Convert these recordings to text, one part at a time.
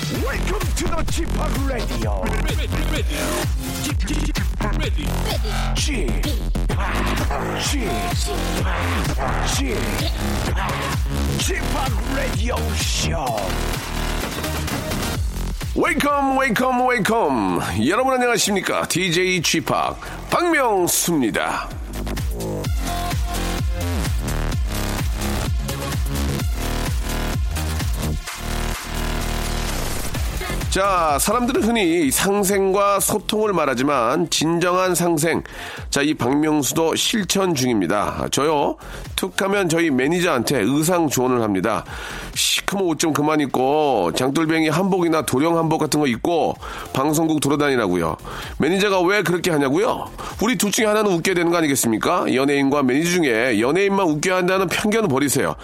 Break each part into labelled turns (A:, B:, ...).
A: Welcome to the Chip Radio. Chip Chip Chip Radio Show.
B: 웨이컴 웨이컴 웨이컴 여러분 안녕하십니까 DJ g 팍 박명수입니다 자 사람들은 흔히 상생과 소통을 말하지만 진정한 상생 자 이 박명수도 실천 중입니다 저요 툭하면 저희 매니저한테 의상 조언을 합니다 시커먼 옷 좀 그만 입고 장돌뱅이 한복이나 도령 한복 같은 거 입고 방송국 돌아다니라고요 매니저가 왜 그렇게 하냐고요 우리 둘 중에 하나는 웃게 되는 거 아니겠습니까 연예인과 매니저 중에 연예인만 웃게 한다는 편견은 버리세요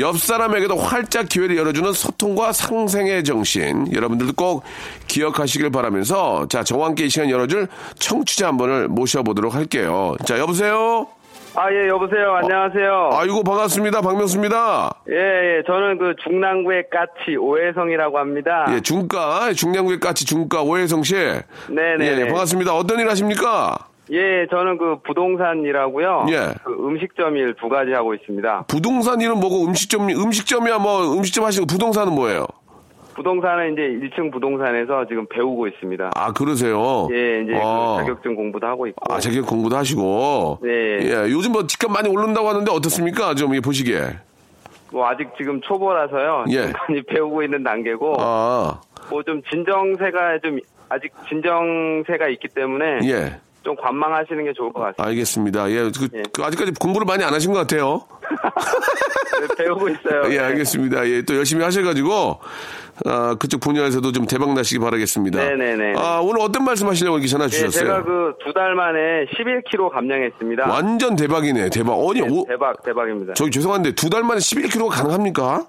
B: 옆 사람에게도 활짝 기회를 열어주는 소통과 상생의 정신 여러분들도 꼭 기억하시길 바라면서 자 저와 함께 이 시간 열어줄 청취자 한 분을 모셔보도록 할게요 자 여보세요
C: 아, 예, 여보세요. 안녕하세요.
B: 어. 아이고 반갑습니다 박명수입니다
C: 예, 예, 저는 그 중랑구의 까치 오해성이라고 합니다.
B: 예 중가 중량구의 까치 중가 오해성 씨
C: 아. 네네.
B: 예, 반갑습니다 어떤 일 하십니까
C: 예, 저는 그 부동산이라고요.
B: 예.
C: 그 음식점 일 두 가지 하고 있습니다.
B: 부동산 일은 뭐고 음식점 음식점이야 뭐 음식점 하시고 부동산은 뭐예요
C: 부동산은 이제 1층 부동산에서 지금 배우고 있습니다.
B: 아 그러세요
C: 예, 이제 그
B: 아.
C: 자격증 공부도 하고 있고.
B: 아, 자격 공부도 하시고.
C: 네.
B: 예, 요즘 뭐 집값 많이 오른다고 하는데 어떻습니까? 좀 이게 보시기에.
C: 뭐 아직 지금 초보라서요.
B: 예.
C: 지금 많이 배우고 있는 단계고.
B: 아,
C: 뭐 좀 진정세가 좀 아직 진정세가 있기 때문에
B: 예.
C: 좀 관망하시는 게 좋을 것 같습니다.
B: 알겠습니다. 예, 그,
C: 예.
B: 그 아직까지 공부를 많이 안 하신 것 같아요.
C: 네, 배우고 있어요.
B: 예, 알겠습니다. 예, 또 열심히 하셔가지고, 아, 그쪽 분야에서도 좀 대박 나시기 바라겠습니다.
C: 네네네.
B: 아, 오늘 어떤 말씀 하시려고 이렇게 전화
C: 예,
B: 주셨어요?
C: 제가 그 두 달 만에 11kg 감량했습니다.
B: 완전 대박이네, 대박. 아니, 오,
C: 대박, 대박입니다.
B: 저기 죄송한데, 두 달 만에 11kg가 가능합니까?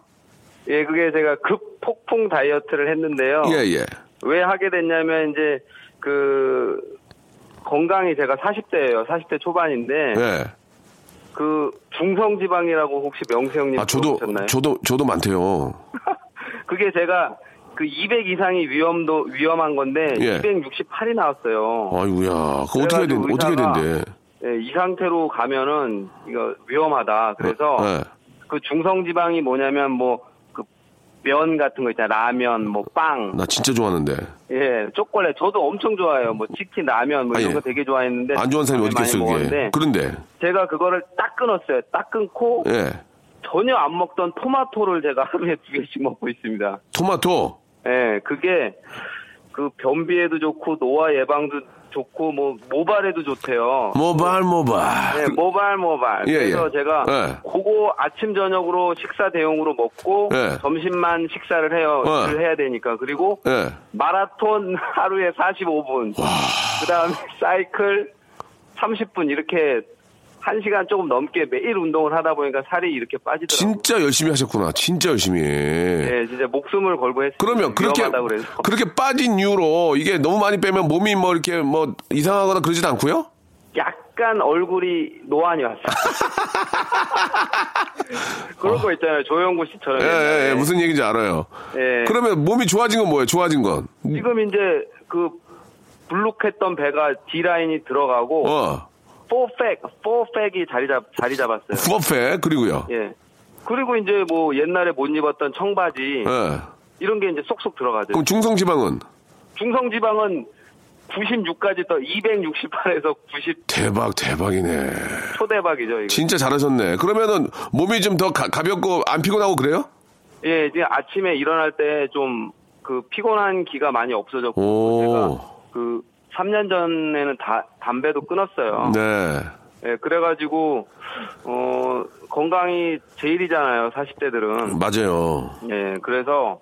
C: 예, 그게 제가 급 폭풍 다이어트를 했는데요.
B: 예, 예.
C: 왜 하게 됐냐면 이제 그 건강이 제가 40대예요. 40대 초반인데
B: 예.
C: 그 중성 지방이라고 혹시 명수 형님
B: 아, 저도,
C: 들어보셨나요?
B: 저도, 저도 많대요.
C: 그게 제가 그 200 이상이 위험도 위험한 건데
B: 예.
C: 268이 나왔어요.
B: 아이고야, 그거 어떻게 해야 된,
C: 그래가지고
B: 어떻게 해야
C: 의사가
B: 된대.
C: 예, 이 상태로 가면은 이거 위험하다. 그래서
B: 예.
C: 그 중성지방이 뭐냐면 뭐 그 면 같은 거 있잖아 라면 뭐 빵
B: 나 진짜 좋아하는데.
C: 예 초콜릿 저도 엄청 좋아해요 뭐 치킨 라면 뭐
B: 아,
C: 이런
B: 예.
C: 거 되게 좋아했는데
B: 안 좋아하는 사람이 어디
C: 많이
B: 있겠어요, 그게.
C: 먹었는데
B: 그런데,
C: 제가 그거를 딱 끊었어요 딱 끊고
B: 예.
C: 전혀 안 먹던 토마토를 제가 하루에 두 개씩 먹고 있습니다
B: 토마토,
C: 예 그게 그 변비에도 좋고 노화 예방도 좋고 뭐 모발에도 좋대요
B: 모발,
C: 예,
B: 모발.
C: 모발 모발.
B: 아, 그- 예,
C: 그래서
B: 예.
C: 제가
B: 예.
C: 그거 아침 저녁으로 식사 대용으로 먹고
B: 예.
C: 점심만 식사를 해요.
B: 예.
C: 을 해야 되니까. 그리고
B: 예.
C: 마라톤 하루에 45분. 그다음에 사이클 30분 이렇게 1시간 조금 넘게 매일 운동을 하다 보니까 살이 이렇게 빠지더라고요.
B: 진짜 열심히 하셨구나. 진짜 열심히.
C: 예, 진짜 목숨을 걸고 했어요.
B: 그러면 그렇게
C: 위험하다 그래서.
B: 그렇게 빠진 이유로 이게 너무 많이 빼면 몸이 뭐 이렇게 뭐 이상하거나 그러진 않고요.
C: 약간 얼굴이 노안이 왔어요. 그런 거 있잖아요. 조영구 씨처럼.
B: 예, 예, 예,
C: 옛날에.
B: 무슨 얘기인지 알아요.
C: 예.
B: 그러면 몸이 좋아진 건 뭐예요? 좋아진 건.
C: 지금 이제 그 블록했던 배가 D 라인이 들어가고
B: 어.
C: 포팩 포팩이 자리 잡 자리 잡았어요.
B: 퍼페 그리고요.
C: 예. 그리고 이제 뭐 옛날에 못 입었던 청바지
B: 예.
C: 이런 게 이제 쏙쏙 어. 들어가죠.
B: 그럼 중성 지방은
C: 중성 지방은 96까지 떠 268에서 90
B: 대박 대박이네.
C: 초대박이죠, 이거.
B: 진짜 잘하셨네. 그러면은 몸이 좀 더 가볍고 안 피곤하고 그래요?
C: 예, 이제 아침에 일어날 때 좀 그 피곤한 기가 많이 없어졌고
B: 오.
C: 제가 그 3년 전에는 다, 담배도 끊었어요.
B: 네.
C: 예, 그래가지고, 어, 건강이 제일이잖아요, 40대들은.
B: 맞아요.
C: 예, 그래서,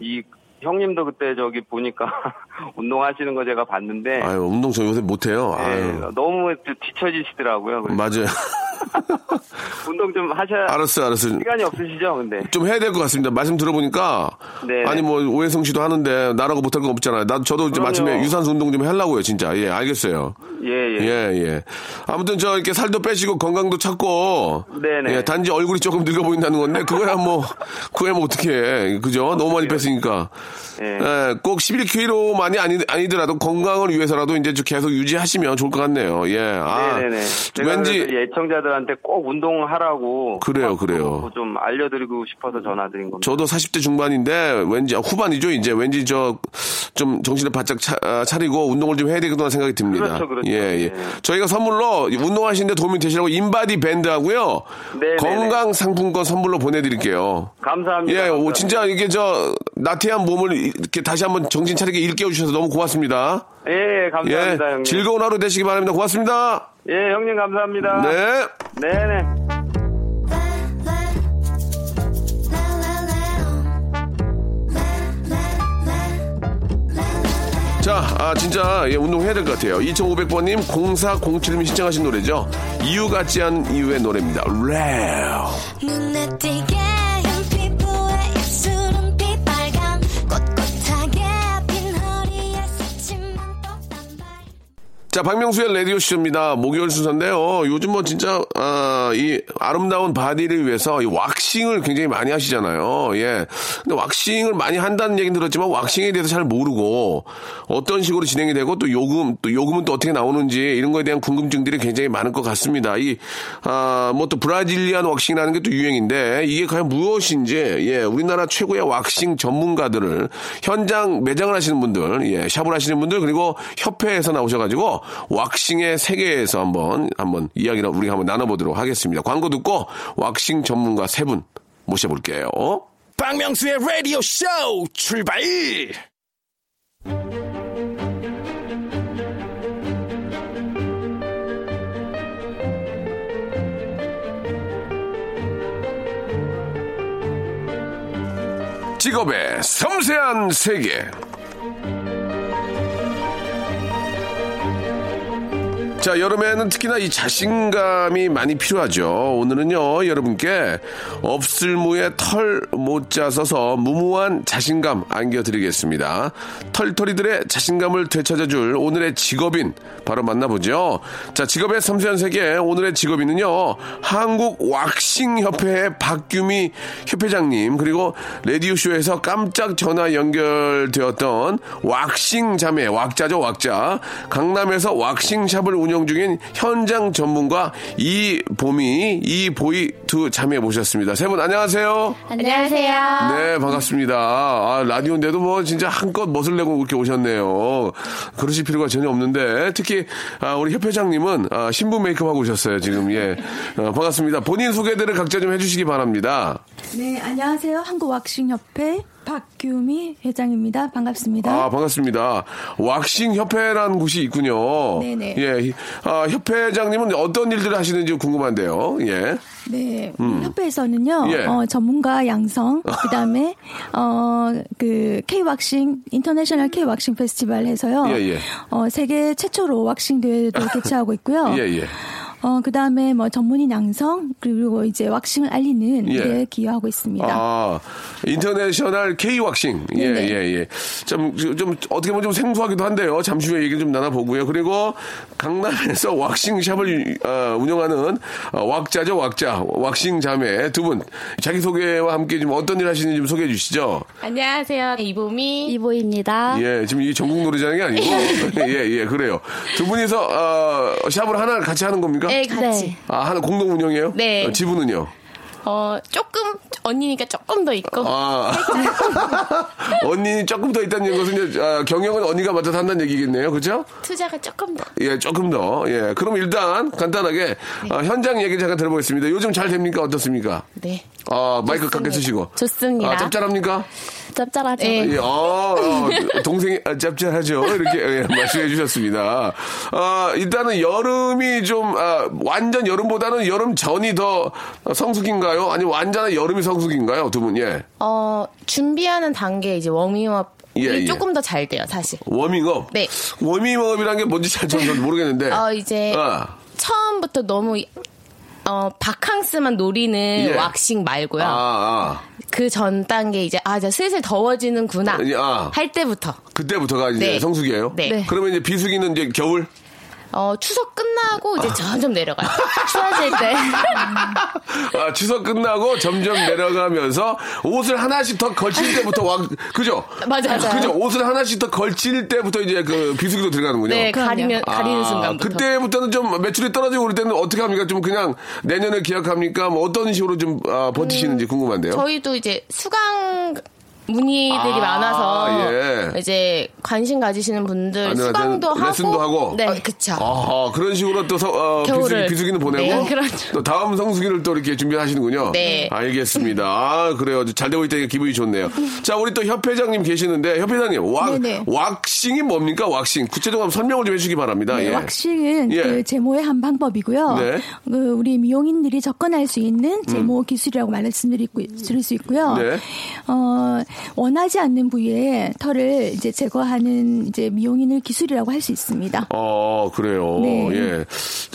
C: 이, 형님도 그때 저기 보니까 운동하시는 거 제가 봤는데,
B: 아유 운동 저 요새 못해요.
C: 예,
B: 아유.
C: 너무 뒤처지시더라고요. 그래서
B: 맞아요.
C: 운동 좀 하셔야
B: 알았어요, 알았어요.
C: 시간이 없으시죠, 근데.
B: 좀 해야 될 것 같습니다. 말씀 들어보니까
C: 네.
B: 아니 뭐 오해성 씨도 하는데 나라고 못할 거 없잖아요. 나 저도 이제
C: 그럼요.
B: 마침에 유산소 운동 좀 하려고요, 진짜. 예, 알겠어요.
C: 예, 예.
B: 예, 예. 아무튼 저 이렇게 살도 빼시고 건강도 찾고
C: 네네.
B: 예, 단지 얼굴이 조금 늙어 보인다는 건데 그거야 뭐 그거야 뭐 어떻게 해. 그죠? 너무 많이 뺐으니까.
C: 그렇죠. 예.
B: 예, 꼭 11kg만이 아니 아니더라도 건강을 위해서라도 이제 좀 계속 유지하시면 좋을 것 같네요. 예. 아.
C: 네네네. 제가
B: 왠지
C: 그래서 예청자들한테 아, 꼭 운동하라고.
B: 그래요,
C: 꼭
B: 그래요.
C: 좀 알려드리고 싶어서 전화드린 겁니다.
B: 저도 40대 중반인데 왠지 아, 후반이죠 이제 왠지 저 좀 정신을 바짝 차, 아, 차리고 운동을 좀 해야 되겠구나 생각이 듭니다.
C: 그렇죠, 그렇죠.
B: 예, 예.
C: 예.
B: 저희가 선물로 운동하시는데 도움이 되시라고 인바디 밴드하고요
C: 네, 네,
B: 건강 상품권 선물로 보내드릴게요.
C: 감사합니다.
B: 예, 오,
C: 감사합니다.
B: 진짜 이게 저 나태한 몸을 이렇게 다시 한번 정신 차리게 일깨워 주셔서 너무 고맙습니다.
C: 예, 예, 감사합니다,
B: 예,
C: 형님.
B: 즐거운 하루 되시기 바랍니다. 고맙습니다.
C: 예, 형님 감사합니다.
B: 네.
C: 네네.
B: 자, 아, 진짜, 예, 운동해야 될 것 같아요. 2500번님, 0407님 신청하신 노래죠. 이유 같지 않은 이유의 노래입니다. 랩.
D: 눈에 띄게 한 피부에 입술은 빛빨간 꼿꼿하게 핀 허리에 스치면 또 단발
B: 자, 박명수의 라디오쇼입니다. 목요일 순서인데요. 요즘 뭐 진짜, 아, 이 아름다운 바디를 위해서 이 왁싱을 굉장히 많이 하시잖아요. 예. 근데 왁싱을 많이 한다는 얘기는 들었지만 왁싱에 대해서 잘 모르고 어떤 식으로 진행이 되고 또 요금, 또 요금은 또 어떻게 나오는지 이런 거에 대한 궁금증들이 굉장히 많을 것 같습니다. 이, 아, 뭐 또 브라질리안 왁싱이라는 게 또 유행인데 이게 과연 무엇인지, 예, 우리나라 최고의 왁싱 전문가들을 현장 매장을 하시는 분들, 예, 샵을 하시는 분들 그리고 협회에서 나오셔가지고 왁싱의 세계에서 한번 한번 이야기를 우리가 한번 나눠보도록 하겠습니다. 광고 듣고 왁싱 전문가 세 분 모셔볼게요.
A: 박명수의 라디오 쇼 출발!
B: 직업의 섬세한 세계. 자, 여름에는 특히나 이 자신감이 많이 필요하죠. 오늘은요, 여러분께 업슬무에 털 못 짜서서 무모한 자신감 안겨드리겠습니다. 털털이들의 자신감을 되찾아줄 오늘의 직업인 바로 만나보죠. 자, 직업의 섬세한 세계 오늘의 직업인은요, 한국 왁싱협회의 박규미 협회장님 그리고 라디오쇼에서 깜짝 전화 연결되었던 왁싱 자매, 왁자죠, 왁자. 강남에서 왁싱샵을 운영 중인 현장 전문가 이보미, 이보이 두 자매 모셨습니다. 세 분 안녕하세요.
E: 안녕하세요.
B: 네, 반갑습니다. 아, 라디오인데도 뭐 진짜 한껏 멋을 내고 이렇게 오셨네요. 그러실 필요가 전혀 없는데 특히 아, 우리 협회장님은 아, 신부 메이크업 하고 오셨어요 지금 예 어, 반갑습니다. 본인 소개들을 각자 좀 해주시기 바랍니다.
F: 네, 안녕하세요. 한국 왁싱협회 박규미 회장입니다. 반갑습니다.
B: 아, 반갑습니다. 왁싱 협회라는 곳이 있군요.
F: 네네.
B: 예, 아, 협회장님은 어떤 일들을 하시는지 궁금한데요. 예.
F: 네, 우리 협회에서는요.
B: 예.
F: 어, 전문가 양성, 그다음에 어, 그 K 왁싱 인터내셔널 K 왁싱 페스티벌 해서요.
B: 예, 예.
F: 어, 세계 최초로 왁싱 대회도 개최하고 있고요.
B: 예, 예.
F: 어, 그다음에 뭐 전문인 양성 그리고 이제 왁싱을 알리는
B: 예.
F: 일에 기여하고 있습니다.
B: 아, 인터내셔널 K 왁싱. 예,
F: 네네.
B: 예, 예. 좀, 좀, 어떻게 보면 좀 생소하기도 한데요. 잠시 후에 얘기 좀 나눠보고요. 그리고 강남에서 왁싱샵을 어, 운영하는 어, 왁자죠, 왁자. 왁싱 자매 두 분. 자기소개와 함께 좀 어떤 일 하시는지 좀 소개해 주시죠.
E: 안녕하세요. 네, 이보미.
F: 아.
G: 이보입니다.
B: 예, 지금 이 전국 노래자는 게 아니고. 예, 예, 그래요. 두 분이서, 어, 샵을 하나 같이 하는 겁니까?
E: 네, 같이.
G: 네.
B: 아, 하나 공동 운영이에요?
E: 네.
B: 어, 지분은요?
E: 어, 조금 언니니까 조금 더 있고.
B: 아. 언니 조금 더 있다는 것은 이제 아, 경영은 언니가 맡아서 한다는 얘기겠네요. 그죠?
E: 투자가 조금 더.
B: 예, 조금 더. 예. 그럼 일단 간단하게 아, 현장 얘기 잠깐 들어보겠습니다. 요즘 잘 됩니까? 어떻습니까?
E: 네.
B: 아, 마이크 가까이 쓰시고.
E: 좋습니다.
B: 아, 짭짤합니까?
G: 짭짤하죠?
E: 네.
B: 예, 아, 아, 동생이 아, 짭짤하죠. 이렇게 예, 말씀해 주셨습니다. 아, 일단은 여름이 좀 아, 완전 여름보다는 여름 전이 더 성숙인가요? 아니 완전한 여름이 성숙인가요? 두 분. 예.
E: 어, 준비하는 단계 이제 워밍업. 이
B: 예, 예.
E: 조금 더 잘 돼요, 사실.
B: 워밍업.
E: 네.
B: 워밍업이라는 게 뭔지 잘 저는 모르겠는데.
E: 어, 이제
B: 아,
E: 처음부터 너무 어, 바캉스만 노리는
B: 예.
E: 왁싱 말고요.
B: 아, 아.
E: 그 전 단계 이제 아, 이제 슬슬 더워지는구나
B: 예, 아.
E: 할 때부터
B: 그때부터가 이제
E: 네.
B: 성수기예요.
E: 네. 네.
B: 그러면 이제 비수기는 이제 겨울.
E: 어, 추석 끝나고 이제 점점 내려가요. 추워질 때.
B: 아, 추석 끝나고 점점 내려가면서 옷을 하나씩 더 걸칠 때부터 왕 그죠?
E: 맞아요.
B: 그죠? 옷을 하나씩 더 걸칠 때부터 이제 그 비수기로 들어가는군요.
E: 네,
F: 그럼요.
E: 가리면 가리는
B: 아,
E: 순간부터.
B: 그때부터는 좀 매출이 떨어지고 그럴 때는 어떻게 합니까? 좀 그냥 내년에 기약합니까? 뭐 어떤 식으로 좀 아,
E: 음,
B: 버티시는지 궁금한데요.
E: 저희도 이제 수강 문의들이
B: 아,
E: 많아서
B: 예.
E: 이제 관심 가지시는 분들
B: 아니면
E: 수강도 하고
B: 레슨도 하고.
E: 네, 그쵸.
B: 아, 그런 식으로 또 서- 어,
E: 겨울을.
B: 비수기, 는 보내고
E: 네, 그렇죠.
B: 또 다음 성수기를 또 이렇게 준비하시는군요.
E: 네.
B: 알겠습니다. 아, 그래요. 잘 되고 있다니까 기분이 좋네요. 자, 우리 또 협회장님 계시는데 협회장님 왁
F: 네네.
B: 왁싱이 뭡니까? 왁싱 구체적으로 한번 설명을 좀 해주시기 바랍니다. 예.
F: 네, 왁싱은
B: 예.
F: 그 제모의 한 방법이고요.
B: 네. 음.
F: 그 우리 미용인들이 접근할 수 있는 제모 기술이라고 말씀드리고 드릴 수 있고요.
B: 네.
F: 어, 원하지 않는 부위에 털을 이제 제거하는 이제 미용인의 기술이라고 할 수 있습니다.
B: 어, 그래요.
F: 네.
B: 예.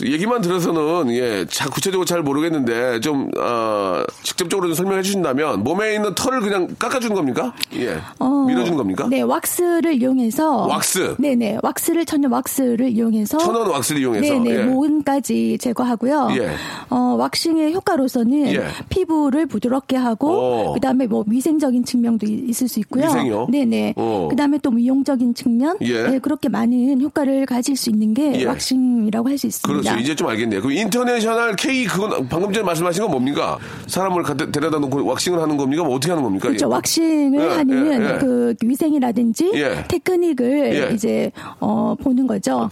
B: 얘기만 들어서는, 예, 자, 구체적으로 잘 모르겠는데, 좀, 어, 직접적으로 좀 설명해 주신다면, 몸에 있는 털을 그냥 깎아주는 겁니까? 예.
F: 어,
B: 밀어주는 겁니까?
F: 네, 왁스를 이용해서
B: 왁스?
F: 네네, 왁스를 천연 왁스를 이용해서
B: 천연 왁스를 이용해서.
F: 네네, 뭐
B: 예.
F: 모근까지 제거하고요.
B: 예.
F: 어, 왁싱의 효과로서는
B: 예.
F: 피부를 부드럽게 하고
B: 오.
F: 그다음에 뭐 위생적인 측면도 이- 있을 수 있고요.
B: 위생이요?
F: 네네.
B: 오.
F: 그다음에 또 미용적인 측면
B: 예.
F: 네, 그렇게 많은 효과를 가질 수 있는 게
B: 예.
F: 왁싱이라고 할 수 있습니다.
B: 그렇죠. 이제 좀 알겠네요. 그럼 인터내셔널 K 그건 방금 전에 말씀하신 건 뭡니까? 사람을 갖다- 데려다 놓고 왁싱을 하는 겁니까? 뭐 어떻게 하는 겁니까?
F: 그렇죠.
B: 예.
F: 왁싱을
B: 예,
F: 하는
B: 예, 예.
F: 그 위생이라든지
B: 예.
F: 테크닉을
B: 예. 아,
F: 이제 어 보는 거죠.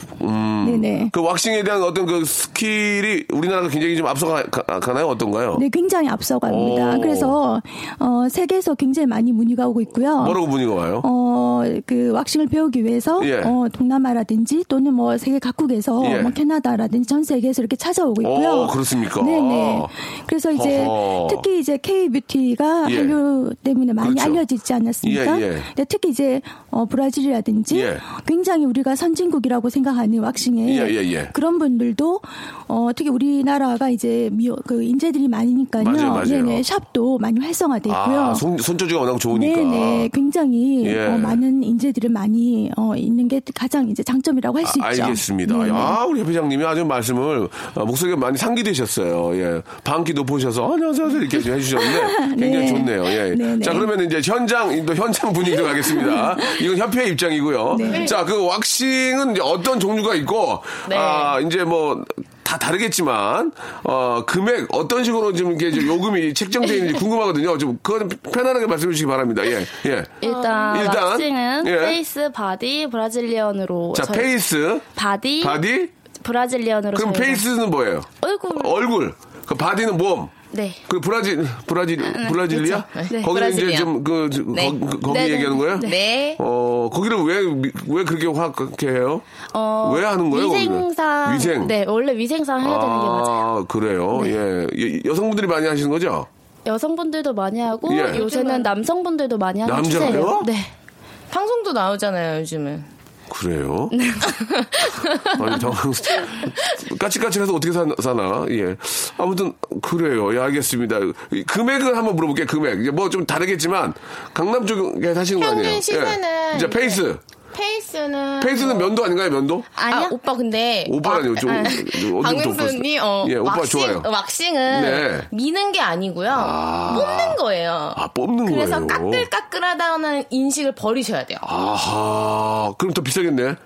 F: 네네.
B: 그 왁싱에 대한 어떤 그 스킬이 우리나라가 굉장히 좀 앞서가나요? 어떤가요?
F: 네, 굉장히 앞서갑니다.
B: 오.
F: 그래서 어 세계에서 굉장히 많이 문의가 오고 있고요.
B: 뭐라고 문의가 와요?
F: 어, 그 왁싱을 배우기 위해서
B: 그렇죠. 예.
F: 어, 동남아라든지 또는 뭐 세계 각국에서
B: 예.
F: 뭐 캐나다라든지 전 세계에서 이렇게 찾아오고 있고요.
B: 오, 그렇습니까?
F: 네네. 그래서 이제
B: 어허.
F: 특히 이제 K 뷰티가
B: 예.
F: 한류 때문에 많이
B: 그렇죠.
F: 알려지지 않았습니까?
B: 예, 예.
F: 근데 특히 이제 어, 브라질이라든지
B: 예.
F: 굉장히 우리가 선진국이라고 생각하는 왁싱에
B: 예, 예, 예.
F: 그런 분들도 어, 특히 우리나라가 이제 미, 그 인재들이 많으니까요.
B: 맞아요, 맞아요.
F: 네네. 샵도 많이 활성화돼 네, 있고요.
B: 아, 손, 손재주가 워낙 좋으니까.
F: 네네, 굉장히
B: 예.
F: 어, 많은 인재들을 많이 어, 있는 게 가장 이제 장점이라고 할 수
B: 아,
F: 있죠. 음.
B: 알겠습니다.
F: 네네.
B: 아, 우리 회장님이 아주 말씀을 어, 목소리가 많이 상기되셨어요. 예. 방귀 높으셔서 어, 안녕하세요 이렇게 좀 해주셨는데 굉장히
F: 네.
B: 좋네요. 예.
F: 네네.
B: 자 그러면 이제 현장 또 현장 분위기로 가겠습니다. 이건 협회 의 입장이고요.
F: 네.
B: 자 그 왁싱은 이제 어떤 종류가 있고
E: 네.
B: 아 이제 뭐. 다 다르겠지만 어 금액 어떤 식으로 지금 이게 이제 요금이 책정되어 있는지 궁금하거든요. 좀 그거는 편안하게 말씀해 주시기 바랍니다. 예. 예.
G: 일단,
B: 일단,
G: 왁싱은
B: 예.
G: 페이스, 바디, 브라질리언으로
E: 뭐
B: 자,
G: 저희-
B: 페이스,
G: 바디,
B: 바디,
G: 브라질리언으로
B: 그럼
G: 저희가-
B: 페이스는 뭐예요?
G: 얼굴
B: 얼굴. 그 바디는 몸.
G: 네.
B: 그 브라질 브라질 브라질리아?
E: 그렇죠. 네,
B: 거기는 이제
E: 브라질이야.
B: 좀그
E: 네.
B: 거기, 거기
G: 네, 네,
B: 얘기하는 거예요?
E: 네.
B: 어 거기를 왜 왜 그렇게 확 그렇게 해요?
G: 어,
B: 왜 하는 거예요? 거기를?
G: 위생상
B: 위생.
G: 네 원래 위생상 해야 되는 게 맞아요.
B: 아 그래요. 예 예, 여성분들이 많이 하시는 거죠?
G: 여성분들도 많이 하고
B: 예.
G: 어,
H: 네.
G: 요새는 남성분들도 많이 하는
B: 남자가요?
G: 추세예요. 네.
E: 방송도 나오잖아요, 요즘은.
B: 그래요? 아니, 당황, 까칠까칠해서 어떻게 사, 사나? 예. 아무튼, 그래요. 예, 알겠습니다. 이 금액을 한번 물어볼게요, 금액. 이제 뭐 좀 다르겠지만, 강남 쪽에 사시는 거 아니에요?
E: 평균 시세는
B: 예. 이제 페이스.
E: 페이스는
B: 페이스는 면도 아닌가요, 면도?
E: 아니야? 오빠 근데
B: 오빠 아니에요. 저,
E: 왁-
B: 어디부터 오빠였어요?
E: 박명수님 어
B: 예, 오빠
E: 왁싱,
B: 좋아요.
E: 왁싱은
B: 네.
E: 미는 게 아니고요. 뽑는 거예요.
B: 아, 뽑는
E: 그래서
B: 거예요.
E: 까끌까끌하다는 인식을 버리셔야 돼요.
B: 아하. 그럼 더 비싸겠네?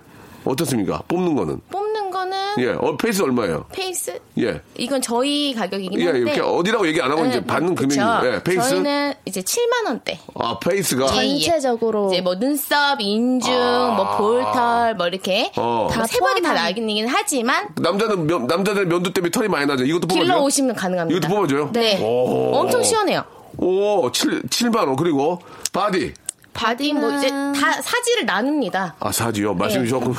B: 어떻습니까? 뽑는 거는?
E: 뽑는 거는
B: 예. 어, 페이스 얼마예요?
E: 페이스
B: 예.
E: 이건 저희 가격이긴
B: 예,
E: 한데
B: 이렇게 어디라고 얘기 안 하고 이제
E: 네,
B: 받는
E: 그쵸.
B: 금액이. 예, 페이스?
E: 저희는 이제 7만 원대.
B: 아, 페이스가.
G: 전체적으로
E: 이제 뭐 눈썹, 인중, 뭐 볼털, 뭐 이렇게
B: 아. 어.
E: 다 세박이 다 나긴 하지만
B: 남자는 면, 남자들 면도 때문에 털이 많이 나죠. 이것도 뽑아줘요.
E: 길러 오시면 가능합니다.
B: 이것도 뽑아줘요?
E: 네.
B: 오.
E: 엄청 시원해요.
B: 오, 7, 칠만 원. 그리고 바디.
E: 바디 뭐 이제
G: 음.
E: 다 사지를 나눕니다.
B: 아 사지요? 말씀이
E: 네.
B: 조금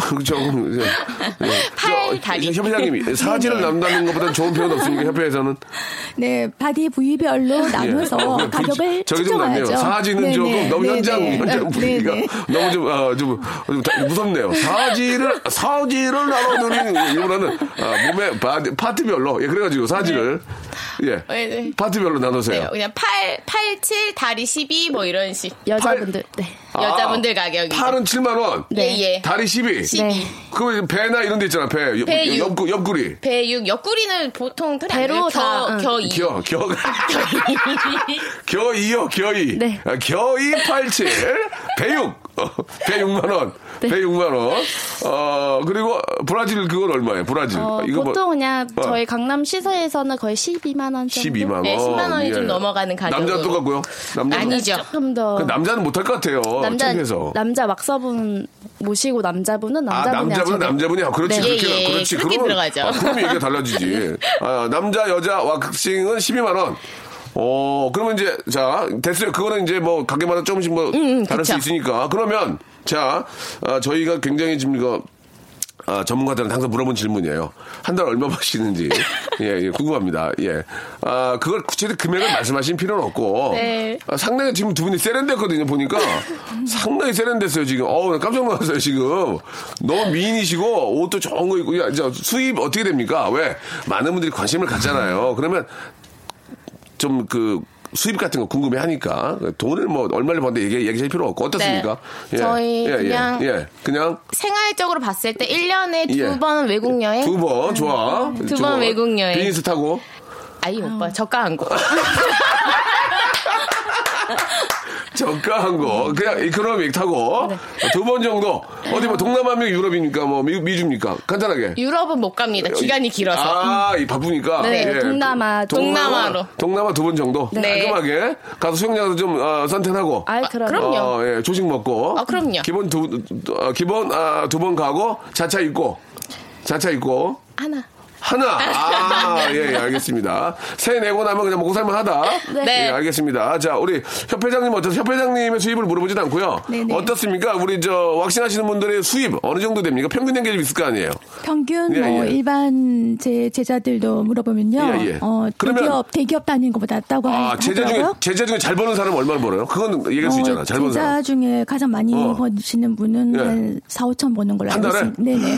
B: 조금 조금 예.
E: 팔,
B: 저,
E: 다리. 네,
B: 협회장님이 사지를 남다는 것보다 좋은 표현 없으니까 협회에서는
F: 네, 바디 부위별로
E: 아,
B: 예.
F: 나눠서
B: 어, 그,
F: 가격을
B: 저기 좀 낫네요.
F: 측정하죠.
B: 사지는
F: 네네.
B: 조금 너무
F: 네네.
B: 현장 현장 분위기가
F: 네네.
B: 너무 좀, 아, 좀, 좀 다- 무섭네요. 사지를 사지를 나눠드리는 이거는 아, 몸의 바디, 파트별로 예 그래가지고 사지를 예
E: 네, 네.
B: 파트별로 나누세요.
E: 네, 그냥 8, 8, 7, 다리 12, 뭐 이런 식.
G: 여자분들. 네.
B: 아,
E: 여자분들 가격이.
B: 팔은 7만 원,
E: 네, 예.
B: 다리 12.
G: 네.
B: 그러면 배나 이런 데 있잖아 배, 옆,
E: 배 육.
B: 옆구, 옆구리.
E: 배 6, 옆구리는 보통 틀에
G: 배로
E: 안 돼요.
G: 다,
E: 겨, 겨
G: 응.
E: 2.
B: 겨, 겨, 겨이요, 겨이.
G: 네.
B: 아, 겨이 87, 배육. 어, 배 6만원.
E: 네.
B: 배 6만원. 어, 그리고 브라질 그건 얼마예요? 브라질.
G: 어,
B: 아,
G: 보통
B: 뭐-
G: 그냥
B: 어,
G: 저희 강남 시서에서는 거의 12만 원 정도.
B: 12만 원. 예.
E: 네, 10만 원이 좀 넘어가는 가격으로.
B: 남자 똑같고요. 남자
E: 아니죠.
G: 조금 더.
B: 그 남자는 못할 것 같아요.
G: 남자
B: 창피해서.
G: 남자 왁서분 모시고 남자분은
B: 아,
G: 남자분이
B: 남자분은
G: 하셔도-
B: 남자분이야. 아, 그렇지,
E: 네.
B: 그렇게,
E: 예, 예.
B: 그렇지.
E: 그렇게
B: 그러면-
E: 들어가죠.
B: 아, 그러면 얘기가 달라지지. 아, 남자, 여자, 왁싱은 12만원. 어, 그러면 이제, 자, 됐어요. 그거는 이제 뭐, 가게마다 조금씩 뭐, 다를 수
E: 음, 그쵸.
B: 있으니까. 그러면, 자, 아, 저희가 굉장히 지금 이거, 아, 전문가들은 항상 물어본 질문이에요. 한 달 얼마 버시는지. 예, 예, 궁금합니다. 예. 아, 그걸 구체적 금액을 말씀하신 필요는 없고.
G: 네.
B: 아, 상당히 지금 두 분이 세련됐거든요, 보니까. 상당히 세련됐어요, 지금. 어우, 나 깜짝 놀랐어요, 지금. 너무 미인이시고, 옷도 좋은 거 입고, 야, 저 수입 어떻게 됩니까? 왜? 많은 분들이 관심을 갖잖아요. 그러면 좀 그, 수입 같은 거 궁금해 하니까 돈을 뭐 얼마를 버는데 얘기 얘기할 필요 없고 어떻습니까?
E: 네. 저희 그냥-
B: 예, 예. 그냥
E: 생활적으로 봤을 때 1년에 두
B: 예.
E: 번 외국 여행? 음.
B: 두 번, 좋아. 뭐
E: 두번 외국 여행.
B: 비즈니스 타고.
E: 아이 오빠 저가 항공.
B: 저가한 거.
E: 음.
B: 그냥 이코노믹 타고.
E: 네.
B: 두 번 정도. 어디 뭐 동남아면 유럽입니까? 뭐 미, 미주입니까? 간단하게.
E: 유럽은 못 갑니다. 기간이 길어서.
B: 아, 이 바쁘니까.
G: 네, 동남아,
B: 동남아로.
E: 동남아로.
B: 동남아 두 번 정도.
E: 네.
B: 깔끔하게. 가서 수영장에서 좀 어, 선탠하고.
G: 아이 그럼
E: 그럼- 그럼요.
B: 어, 예, 조식 먹고.
E: 아, 그럼요.
B: 기본 두, 어, 기본, 아, 두 번 가고, 자차 입고. 자차 입고.
G: 하나.
B: 하나. 아, 예, 예, 알겠습니다. 새 내고 나면 그냥 먹고 살만 하다.
E: 네.
B: 예, 알겠습니다. 자, 우리 협회장님 어떠세요? 협회장님의 수입을 물어보진 않고요.
F: 네네.
B: 어떻습니까? 우리 저 왁싱하시는 분들의 수입 어느 정도 됩니까? 평균 단계 좀 있을 거 아니에요?
F: 평균
B: 예,
F: 뭐
B: 예.
F: 일반 제 제자들도 물어보면요.
B: 예, 예.
F: 어,
B: 그러면-
F: 대기업 대기업 다니는 것보다 낫다고
B: 아,
F: 하-
B: 제자 중에,
F: 뭐, 하더라고요.
B: 제자 중에 잘 버는 사람 얼마나 벌어요? 그건 얘기할 수 있잖아. 잘 버는
F: 제자
B: 사람.
F: 중에 가장 많이
B: 어.
F: 버시는 분은
B: 예.
F: 한 4, 5천 버는 걸로
B: 한
F: 알고
B: 달에?
F: 있습니다. 네네.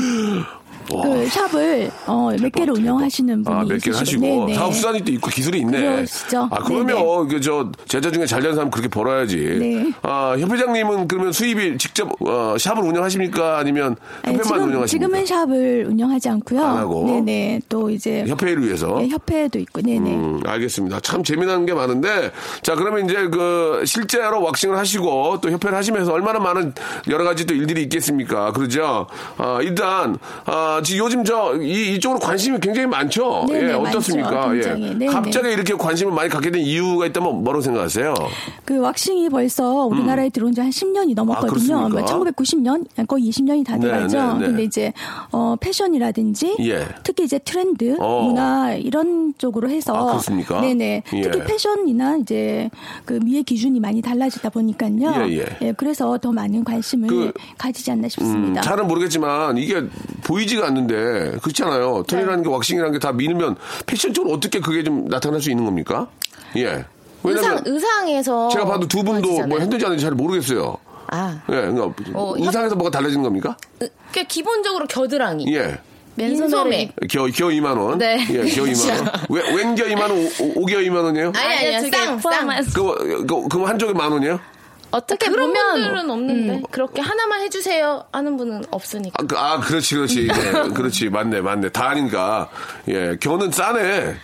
F: 그 샵을 어, 몇 개를 운영하시는 분이
B: 아, 몇 개를
F: 있으시고.
B: 하시고.
F: 네네.
B: 사업수단이 또 있고 기술이 있네.
F: 그러시죠.
B: 아, 그러면, 그, 저, 제자 중에 잘 되는 사람 그렇게 벌어야지.
F: 네.
B: 아, 협회장님은 그러면 수입이 직접, 어, 샵을 운영하십니까? 아니면
F: 아니,
B: 협회만
F: 지금,
B: 운영하십니까?
F: 지금은 샵을 운영하지 않고요.
B: 안 하고.
F: 네네. 또 이제
B: 협회를 위해서.
F: 예, 협회도 있고. 네네.
B: 음, 알겠습니다. 참 재미난 게 많은데, 자, 그러면 이제 그, 실제로 왁싱을 하시고, 또 협회를 하시면서 얼마나 많은 여러 가지 또 일들이 있겠습니까? 그러죠? 아, 일단, 아, 지금 요즘 저, 이, 이쪽으로 관심이 굉장히 많죠?
F: 네네,
B: 예, 어떻습니까?
F: 많죠.
B: 예.
F: 굉장히. 네네.
B: 갑자기 이렇게 관심을 많이 갖게 된 이유가 있다면 뭐라고 생각하세요?
F: 그 왁싱이 벌써 우리나라에 들어온 지 한 10년이 넘었거든요.
B: 음. 아, 그렇습니까?
F: 뭐 1990년 거의 20년이 다
B: 네,
F: 돼가죠.
B: 네, 네.
F: 근데 이제 어 패션이라든지
B: 예.
F: 특히 이제 트렌드,
B: 어.
F: 문화 이런 쪽으로 해서
B: 아, 그렇습니까?
F: 네네.
B: 예.
F: 특히 패션이나 이제 그 미의 기준이 많이 달라지다 보니까요.
B: 예, 예.
F: 그래서 더 많은 관심을
B: 그,
F: 가지지 않나
B: 음,
F: 싶습니다.
B: 잘은 모르겠지만, 이게 보이지가 않는데,
F: 네.
B: 그렇잖아요. 톤이라는 게 왁싱이라는 게 다 미누면, 패션적으로 어떻게 그게 좀 나타날 수 있는 겁니까? 예.
E: 의상 의상에서
B: 제가 봐도 두 분도
E: 보여지잖아요.
B: 뭐 힘들지 않은지 잘 모르겠어요.
E: 아,
B: 예, 그러니까
E: 어,
B: 의상에서 뭐가 달라진 겁니까?
E: 으, 그러니까 기본적으로 겨드랑이,
B: 예.
E: 인소매.
G: 맨손에
B: 겨, 겨 2만 원.
E: 네.
B: 예, 겨 2만 원. 왜, 웬겨 2만 원, 오, 오겨 2만 원이에요?
E: 아니 아니야. 쌍, 쌍.
B: 그, 그, 그럼 한쪽에 만 원이에요?
G: 어떻게
E: 그런
G: 보면
E: 분들은 없는데 음, 그렇게 하나만 해주세요 하는 분은 없으니까.
B: 아, 그, 아, 그렇지, 그렇지. 예, 그렇지. 맞네, 맞네. 다 아닌가. 예, 겨는 싸네.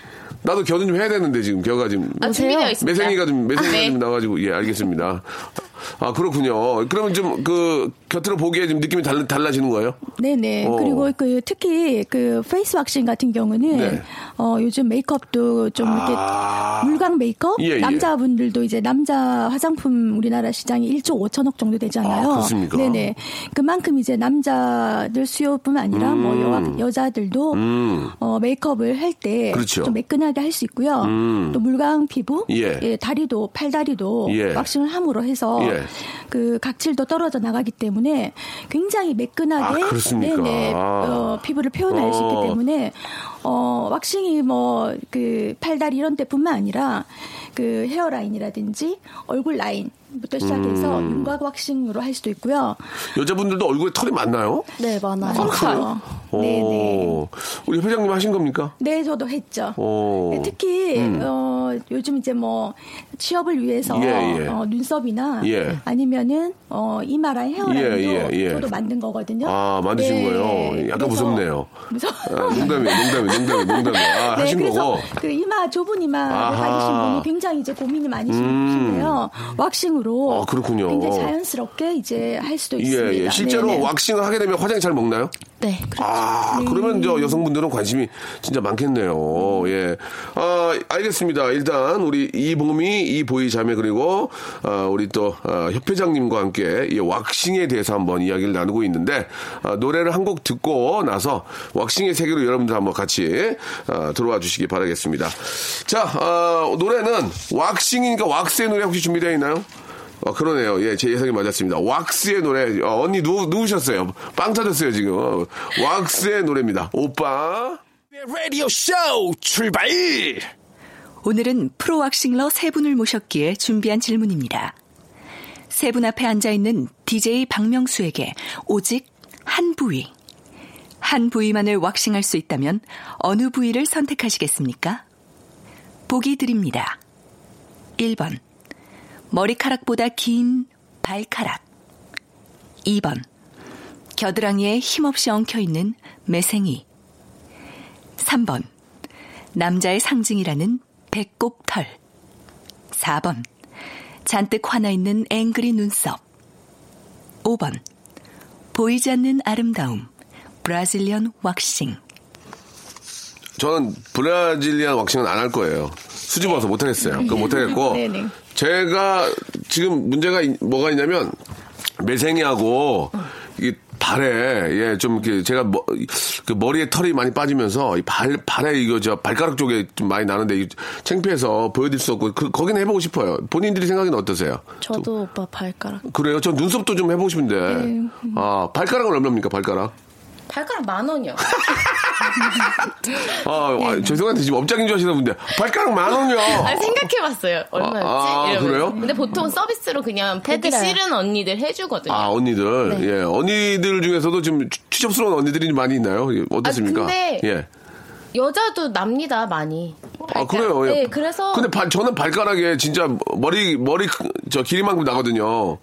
B: 나도 겨는 좀 해야 되는데, 지금 겨가 지금.
E: 아, 준비되어 있습니다.
B: 매생이가 좀, 매생이가
E: 아, 네.
B: 좀 나가지고, 예, 알겠습니다. 아, 그렇군요. 그러면 좀, 그, 곁으로 보기에 좀 느낌이 달, 달라지는 거예요?
F: 네네.
B: 어.
F: 그리고 그 특히 그 페이스 왁싱 같은 경우는
B: 네.
F: 어, 요즘 메이크업도 좀 이렇게
B: 아.
F: 물광 메이크업
B: 예, 예.
F: 남자분들도 이제 남자 화장품 우리나라 시장이 1조 5천억 정도 되잖아요.
B: 아, 그렇습니까?
F: 네네. 그만큼 이제 남자들 수요뿐 아니라
B: 음.
F: 뭐 여, 여자들도 어, 메이크업을 할 때 좀
B: 그렇죠. 음.
F: 매끈하게 할 수 있고요. 또 물광 피부,
B: 예.
F: 다리도 팔다리도
B: 예.
F: 왁싱을 함으로 해서
B: 예. 예.
F: 그 각질도 떨어져 나가기 때문에 굉장히 매끈하게
B: 아, 그렇습니까?
F: 네네, 어, 피부를 표현할 수
B: 어.
F: 있기 때문에 어, 왁싱이 뭐 그 팔다리 이런 데뿐만 아니라 그 헤어라인이라든지 얼굴 라인부터 시작해서
B: 음.
F: 윤곽 왁싱으로 할 수도 있고요.
B: 여자분들도 얼굴에 털이 많나요?
G: 네, 많아요.
F: 그렇죠. 네네.
B: 오. 어, 우리 회장님 하신 겁니까?
F: 네, 저도 했죠.
B: 오. 음.
F: 네, 특히 어, 요즘 이제 뭐 취업을 위해서
B: 예, 예.
F: 어, 눈썹이나
B: 예.
F: 아니면은 어, 이마라인 헤어라인도
B: 예, 예, 예.
F: 저도 만든 거거든요. 네.
B: 아, 만드신 거예요? 약간
F: 그래서-
B: 무섭네요.
F: 무서.
B: 아, 농담이에요, 농담이에요, 농담이에요, 농담이에요. 아,
F: 네,
B: 하신
F: 그래서
B: 거고.
F: 그 이마 좁은 이마를
B: 아하. 음.
F: 가지신 분이 굉장히 이제 고민이 많으신데요. 왁싱으로
B: 아, 그렇군요.
F: 굉장히 자연스럽게 이제 할 수도 있습니다.
B: 예, 예. 실제로
F: 네네.
B: 왁싱을 하게 되면 화장 잘 먹나요?
G: 네.
B: 아, 그러면 저 여성분들은 관심이 진짜 많겠네요. 예. 아, 알겠습니다. 일단 우리 이봄이 이보이 자매 그리고 아, 우리 또 아, 협회장님과 함께 이 왁싱에 대해서 한번 이야기를 나누고 있는데 아, 노래를 한 곡 듣고 나서 왁싱의 세계로 여러분들 한번 같이 아, 들어와 주시기 바라겠습니다. 자, 아, 노래는 왁싱이니까 왁스의 노래 혹시 준비되어 있나요? 어, 그러네요. 예, 제 예상이 맞았습니다. 왁스의 노래. 어, 언니 누, 누우셨어요. 빵 터졌어요, 지금. 왁스의 노래입니다. 오빠.
A: 라디오 쇼 출발!
H: 오늘은 프로왁싱러 세 분을 모셨기에 준비한 질문입니다. 세 분 앞에 앉아 있는 DJ
I: 네.
H: 박명수에게 오직 한 부위, 한 부위만을 왁싱할 수 있다면 어느 부위를 선택하시겠습니까? 보기 드립니다. 1번. 머리카락보다 긴 발카락. 2번. 겨드랑이에 힘없이 엉켜 있는 매생이. 3번. 남자의 상징이라는 배꼽털. 4번. 잔뜩 화나 있는 앵그리 눈썹. 5번. 보이지 않는 아름다움. 브라질리언 왁싱.
B: 저는 브라질리안 왁싱은 안 할 거예요. 수줍어서 못하겠어요. 그거 못하겠고.
F: 네. 네네.
B: 제가 지금 문제가 있- 뭐가 있냐면 매생이하고 이 발에 예 좀 이렇게 제가 머, 그 머리에 털이 많이 빠지면서 이 발 발에 이거 저 발가락 쪽에 좀 많이 나는데 이 창피해서 보여드릴 수 없고 그, 거기는 해보고 싶어요. 본인들이 생각에는 어떠세요?
G: 저도 오빠 발가락.
B: 그래요? 전 눈썹도 좀 해보고 싶은데.
I: 네.
B: 아, 발가락은 얼마입니까, 발가락?
E: 발가락 만 원이요.
B: 아, 아, 죄송한데 지금 업장인 줄 아시는 분데 발가락 만 원이요.
I: 네. 아, 생각해봤어요. 얼마였지?
B: 아,
I: 이러면서.
B: 그래요?
I: 근데 보통 서비스로 그냥 보기
G: 해드려요.
I: 싫은 언니들 해주거든요.
B: 아, 언니들.
I: 네.
B: 예. 언니들 중에서도 지금 추- 추접스러운 언니들이 많이 있나요? 예, 어떻습니까?
I: 아, 근데-
B: 예.
I: 여자도 납니다, 많이.
B: 아, 그래요? 예.
I: 네, 그래서.
B: 근데 발- 저는 발가락에 진짜 머리, 머리, 크- 저 길이만큼 나거든요.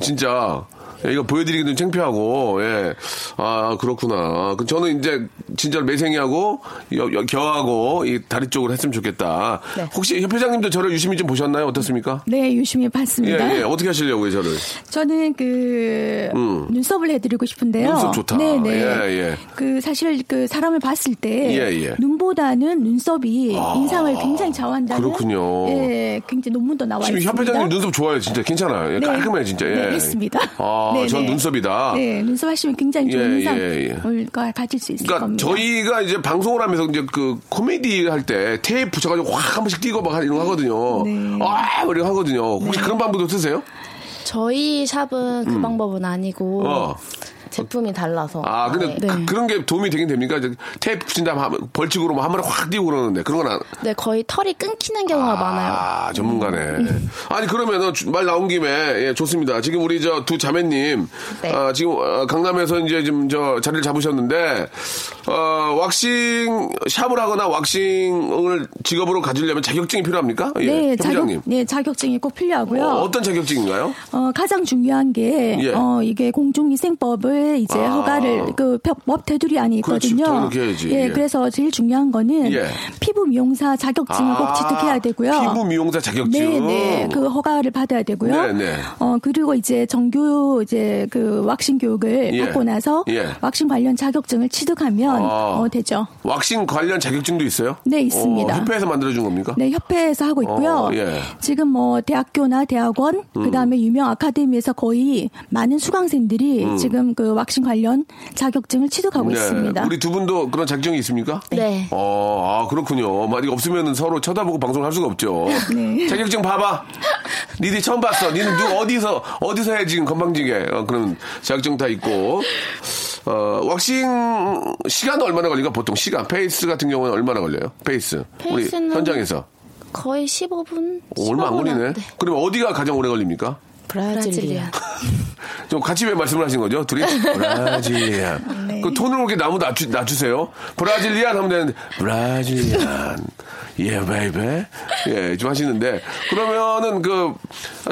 B: 진짜. 예, 이거 보여드리기 좀 창피하고, 예. 아, 그렇구나. 그 저는 이제 진짜 매생이하고, 여- 여- 겨하고, 이 다리 쪽으로 했으면 좋겠다. 혹시 협회장님도 저를 유심히 좀 보셨나요? 어떻습니까?
F: 네, 유심히
B: 예,
F: 봤습니다.
B: 예. 어떻게 하시려고요, 저를?
F: 저는 그 눈썹을 해드리고 싶은데요.
B: 음. 눈썹 좋다.
F: 네네.
B: 예, 예.
F: 그 사실 그 사람을 봤을 때
B: 예, 예.
F: 눈보다는 눈썹이 인상을 굉장히 좌우한다는.
B: 그렇군요.
F: 예, 굉장히 논문도 나와
B: 지금
F: 있습니다.
B: 협회장님 눈썹 좋아요, 진짜 괜찮아요. 예,
F: 네.
B: 깔끔해요, 진짜. 예.
F: 네, 했습니다.
B: 아,
F: 네,
B: 전
F: 네.
B: 눈썹이다.
F: 네, 눈썹 하시면 굉장히 좋은
B: 예,
F: 인상을
B: 예, 예.
F: 가질 수 있을
B: 그러니까
F: 겁니다.
B: 저희가 이제 방송을 하면서 이제 그 코미디 할 때 테이프 붙여가지고 확 한 번씩 띄고 막 이런 거 하거든요.
F: 네.
B: 아, 뭐 이런 거 하거든요. 혹시 그런 방법도 쓰세요?
G: 저희 샵은 그 방법은 아니고
B: 음. 어.
I: 제품이 달라서.
B: 아, 근데
I: 네.
B: 그, 런게 도움이 되긴 됩니까? 이제 테이프 붙인 다음에 한- 벌칙으로 뭐 한 번에 확 띄고 그러는데 그런 건 안.
G: 네, 거의 털이 끊기는 경우가 많아요.
B: 아, 전문가네.
F: 음.
B: 아니, 그러면은 주- 말 나온 김에, 예, 좋습니다. 지금 우리 저 두 자매님,
F: 네.
B: 아, 지금 어, 강남에서 이제 지금 저 자리를 잡으셨는데, 어, 왁싱 샵을 하거나 왁싱을 직업으로 가지려면 자격증이 필요합니까? 예,
F: 네, 자격,
B: 협회장님.
F: 네, 자격증이 꼭 필요하고요.
B: 어, 떤 자격증인가요?
F: 어, 가장 중요한 게,
B: 예.
F: 어, 이게 공중위생법을 이제
B: 아. 그렇죠.
F: 허가를, 그, 법- 법 테두리 안에
B: 그렇지,
F: 있거든요.
B: 더 이렇게 해야지.
F: 예,
B: 예.
F: 그래서 제일 중요한 거는
B: 예. 아.
F: 피부 미용사 자격증을 꼭 취득해야 되고요.
B: 피부 미용사 자격증.
F: 네, 네. 그 허가를 받아야 되고요.
B: 그렇죠. 네, 네.
F: 어, 그리고 이제 정규 이제 그 왁싱 교육을
B: 예.
F: 받고 나서
B: 예.
F: 왁싱 관련 자격증을 취득하면
B: 아.
F: 어, 되죠.
B: 왁싱 관련 자격증도 있어요?
F: 네, 있습니다.
B: 어, 협회에서 만들어준 겁니까?
F: 네, 협회에서 하고 있고요.
B: 어, 예. 음.
F: 지금 뭐 대학교나 대학원, 그다음에 유명 아카데미에서 거의 많은 수강생들이 지금 그 그 왁싱 관련 자격증을 취득하고 있습니다.
B: 네, 우리 두 분도 그런 자격증이 있습니까?
G: 네.
B: 어, 아, 그렇군요. 만약에 없으면 서로 쳐다보고 방송을 할 수가 없죠.
F: 네.
B: 자격증 봐봐. 니들 처음 봤어. 니는 누 어디서, 어디서 해, 지금 건방지게. 어, 그런 자격증 다 있고. 어, 왁싱 시간은 얼마나 걸리까? 보통 시간. 페이스 같은 경우는 얼마나 걸려요? 페이스.
G: 페이스는
B: 우리 현장에서.
G: 거의 15분?
B: 어, 얼마 안
G: 15분
B: 걸리네.
G: 안 돼.
B: 그럼 어디가 가장 오래 걸립니까?
E: 브라질리아.
B: 좀 같이 왜 말씀을 하신 거죠? 둘이 브라질리안. 그 톤을 이렇게 나무 낮추, 낮추세요. 브라질리안 하면 되는데 브라질리안. 예, 베이베. 예, 좀 하시는데 그러면은 그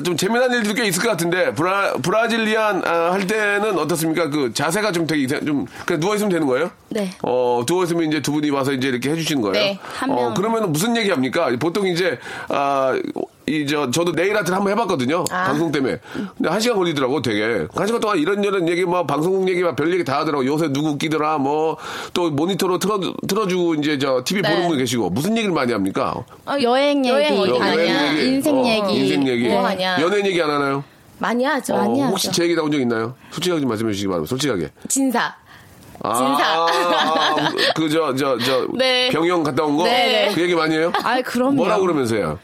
B: 좀 재미난 일도 꽤 있을 것 같은데 브라 브라질리안 아, 할 때는 어떻습니까? 그 자세가 좀 되게 이상- 좀 그냥 누워 있으면 되는 거예요?
G: 네.
B: 어, 두어 있으면 이제 두 분이 와서 이제 이렇게 해주시는 거예요.
I: 네,
G: 한
B: 어,
G: 명.
B: 그러면 무슨 얘기 합니까? 보통 이제, 아, 이, 저, 저도 네일 아트를 한번 해봤거든요. 방송 때문에. 근데 한 시간 걸리더라고, 되게. 한 시간 동안 이런저런 얘기, 막 방송국 얘기, 막 별 얘기 다 하더라고. 요새 누구 웃기더라, 뭐, 또 모니터로 틀어, 틀어주고, 이제 저,
G: 네.
B: TV 보는 분 계시고. 무슨 얘기를 많이 합니까?
G: 아, 여행 얘기,
I: 여행 어디
B: 여-
I: 가냐.
B: 여행 얘기,
G: 뭐 인생
B: 어,
G: 얘기,
B: 인생 얘기.
I: 뭐 하냐.
B: 연예인 얘기 안 하나요?
E: 많이 하죠.
B: 어,
G: 많이
B: 혹시
G: 하죠.
B: 제 얘기 나온 적 있나요? 솔직하게 좀 말씀해 주시기 바랍니다. 솔직하게.
I: 진사.
B: 아,
I: 진사.
B: 그, 저, 저, 저,
I: 네.
B: 병영 갔다 온 거?
I: 네.
B: 그 얘기 많이 해요?
G: 아, 그럼요.
B: 뭐라고 그러면서요?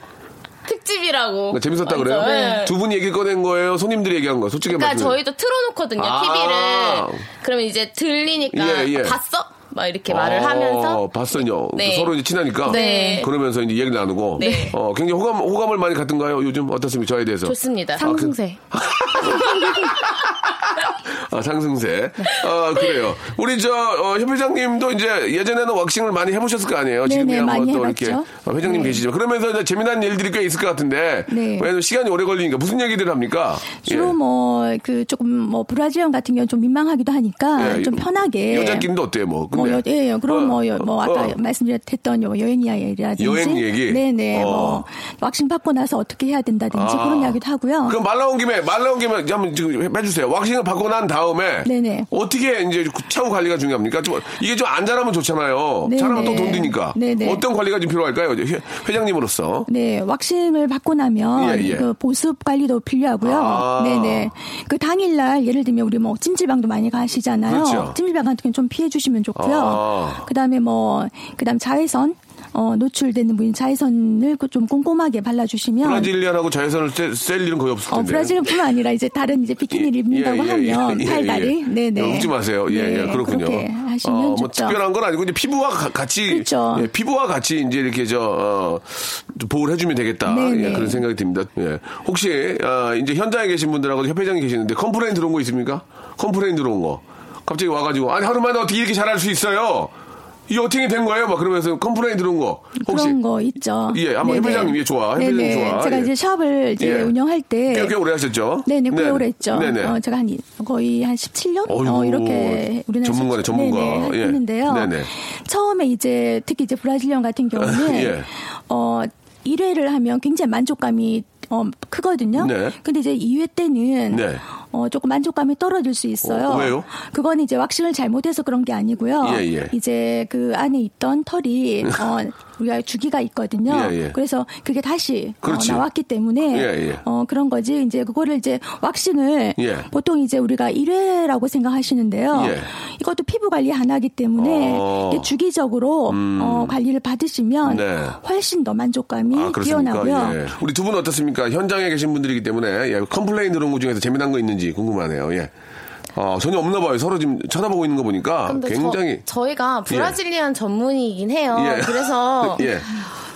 I: 특집이라고.
B: 그러니까 재밌었다
I: 완전.
B: 그래요?
I: 네.
B: 두 분이 얘기 꺼낸 거예요? 손님들이 얘기한 거? 솔직히
I: 그러니까
B: 말씀해.
I: 저희도 틀어놓거든요
B: 아.
I: TV를. 그러면 이제 들리니까
B: 예, 예.
I: 봤어? 막 이렇게 말을 하면서.
B: 봤어요.
I: 네.
B: 서로 이제 친하니까.
I: 네.
B: 그러면서 이제 얘기 나누고.
I: 네.
B: 어, 굉장히 호감, 호감을 많이 갖던가요? 요즘 어떻습니까? 저에 대해서.
I: 좋습니다.
G: 상승세.
B: 아, 상승세. 아, 그래요. 우리 저, 어, 협 회장님도 이제 예전에는 왁싱을 많이 해보셨을 거 아니에요?
F: 네네,
B: 지금이야
F: 많이
B: 뭐또
F: 해봤죠.
B: 이렇게. 어, 회장님
F: 네.
B: 계시죠. 그러면서 이제 재미난 일들이 꽤 있을 것 같은데.
F: 네.
B: 왜냐면 시간이 오래 걸리니까 무슨 얘기들 합니까? 예.
F: 주로 뭐 그 조금 뭐 브라질형 같은 경우 좀 민망하기도 하니까
B: 예,
F: 좀
B: 이-
I: 네.
F: 편하게
B: 여자끼리도 어때요, 뭐.
F: 뭐
B: 근데.
F: 여, 예, 예. 그럼 뭐, 여, 뭐 아까
B: 어.
F: 말씀드렸던 요 여행 이야기라든지
B: 여행 얘기?
F: 네네
B: 어.
F: 뭐 왁싱 받고 나서 어떻게 해야 된다든지
B: 아.
F: 그런 이야기도 하고요.
B: 그럼 말 나온 김에 말 나온 김에 이제 한번 지금 해주세요. 왁싱을 받고 난 다음에
F: 네네.
B: 어떻게 이제 차후 관리가 중요합니까? 좀 이게 좀 안 잘하면 좋잖아요.
F: 네네.
B: 잘하면 또 돈 드니까
F: 네네.
B: 어떤 관리가 좀 필요할까요? 회- 회장님으로서
F: 네, 왁싱을 받고 나면
B: 예, 예.
F: 그 보습 관리도 필요하고요.
B: 아.
F: 네네. 그 당일날 예를 들면 우리 뭐 찜질방도 많이 가시잖아요.
B: 그렇죠.
F: 찜질방 같은 경우 좀 피해 주시면 좋고요.
B: 아.
F: 그다음에 뭐 그다음 자외선 어, 노출되는 부인 자외선을 그- 좀 꼼꼼하게 발라주시면
B: 브라질리안하고 자외선을 쐴, 쐴 일은 거의 없을
F: 어,
B: 텐데.
F: 브라질뿐만 아니라 이제 다른 이제
B: 예,
F: 비키니를 입는다고 하면 팔 다리 네네
B: 웃지 마세요. 예, 예,
F: 네,
B: 그렇군요.
F: 그렇게 하시면
B: 어, 뭐
F: 좋죠.
B: 특별한 건 아니고 이제 피부와 가- 같이
F: 그렇죠.
B: 예, 피부와 같이 이제 이렇게 저 어, 좀 보호를 해주면 되겠다.
F: 네네.
B: 예, 그런 생각이 듭니다. 예. 혹시 아, 이제 현장에 계신 분들하고 협회장이 계시는데 컴플레인 들어온 거 있습니까? 컴플레인 들어온 거. 갑자기 와가지고 아니 하루 만에 어떻게 이렇게 잘할 수 있어요? 이게 어떻게 된 거예요? 막 그러면서 컴플레인 들어온 거. 혹시
F: 그런 거 있죠.
B: 예, 한번
F: 네네.
B: 협회장님, 예, 좋아. 협회장님
F: 네네.
B: 좋아.
F: 제가
B: 예.
F: 이제 샵을 이제
B: 예.
F: 운영할 때
B: 꽤, 꽤 오래 하셨죠?
F: 네네, 꽤
B: 네네.
F: 오래 했죠.
B: 네네.
F: 어, 제가 한 이- 거의 한 17년
B: 어이구,
F: 어, 이렇게 우리나라
B: 전문가네, 전문가. 예.
F: 했는데요.
B: 네네.
F: 처음에 이제 특히 이제 브라질리언 같은 경우는
B: 예.
F: 어 1회를 하면 굉장히 만족감이 어, 크거든요.
B: 네.
F: 근데 이제 2회 때는
B: 네.
F: 어, 조금 만족감이 떨어질 수 있어요.
B: 어, 왜요?
F: 그건 이제 왁싱을 잘못해서 그런 게 아니고요.
B: 예, 예.
F: 이제 그 안에 있던 털이 어, 우리가 주기가 있거든요.
B: 예, 예.
F: 그래서 그게 다시 어,
B: 그렇지.
F: 나왔기 때문에
B: 예, 예.
F: 어, 그런 거지. 이제 그거를 이제 왁싱을
B: 예.
F: 보통 이제 우리가 1회라고 생각하시는데요.
B: 예.
F: 이것도 피부 관리 안 하기 때문에
B: 어. 음.
F: 이게 주기적으로 어, 관리를 받으시면
B: 네.
F: 훨씬 더 만족감이
B: 아, 그렇습니까?
F: 뛰어나고요.
B: 예. 우리 두 분 어떻습니까? 현장에 계신 분들이기 때문에 예, 컴플레인 들은 것 중에서 재미난 거 있는지 궁금하네요. 예. 어, 전혀 없나 봐요. 서로 지금 쳐다보고 있는 거 보니까
E: 근데
B: 굉장히
E: 저, 희가 브라질리안 전문이긴 해요.
B: 예.
E: 그래서
B: 예.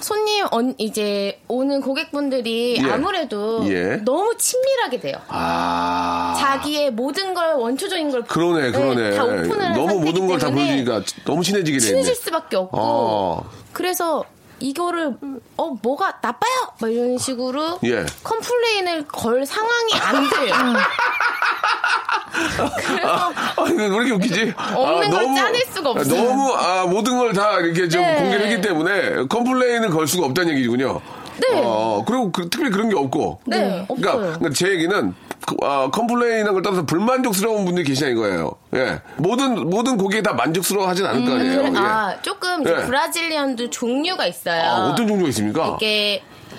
E: 손님 언- 이제 오는 고객분들이
B: 예.
E: 아무래도
B: 예.
E: 너무 친밀하게 돼요.
B: 아.
E: 자기의 모든 걸 원초적인 걸
B: 그러네, 그러네. 예.
E: 네, 다 오픈을 한
B: 너무
E: 상태이기
B: 모든 걸 다
E: 때문에
B: 보여주니까 너무 친해지게 되네.
E: 친해질 수밖에 없고
B: 어.
E: 그래서 이거를 어 뭐가 나빠요 막 이런 식으로
B: 예.
E: 컴플레인을 걸 상황이 안 돼요. 그래서
B: 아, 이거 왜 이렇게 웃기지? 아,
E: 없는 걸 짜낼 수가 없어요.
B: 너무, 아, 모든 걸 다 이렇게 좀
E: 네.
B: 공개를 했기 때문에 컴플레인을 걸 수가 없다는 얘기군요.
E: 네.
B: 어, 그리고 그- 특별히 그런 게 없고.
E: 네,
B: 그러니까,
E: 없어요.
B: 그러니까 제 얘기는 그, 아, 컴플레인한 걸 떠나서 불만족스러운 분들이 계시다는 거예요. 예. 모든, 모든 고객이 다 만족스러워 하진 않을 거 아니에요.
E: 음, 그래-
B: 예. 아,
E: 아 조금 이제
B: 예. 아,
E: 브라질리언도 종류가 있어요.
B: 어떤 종류가 있습니까?
E: 이게 뭐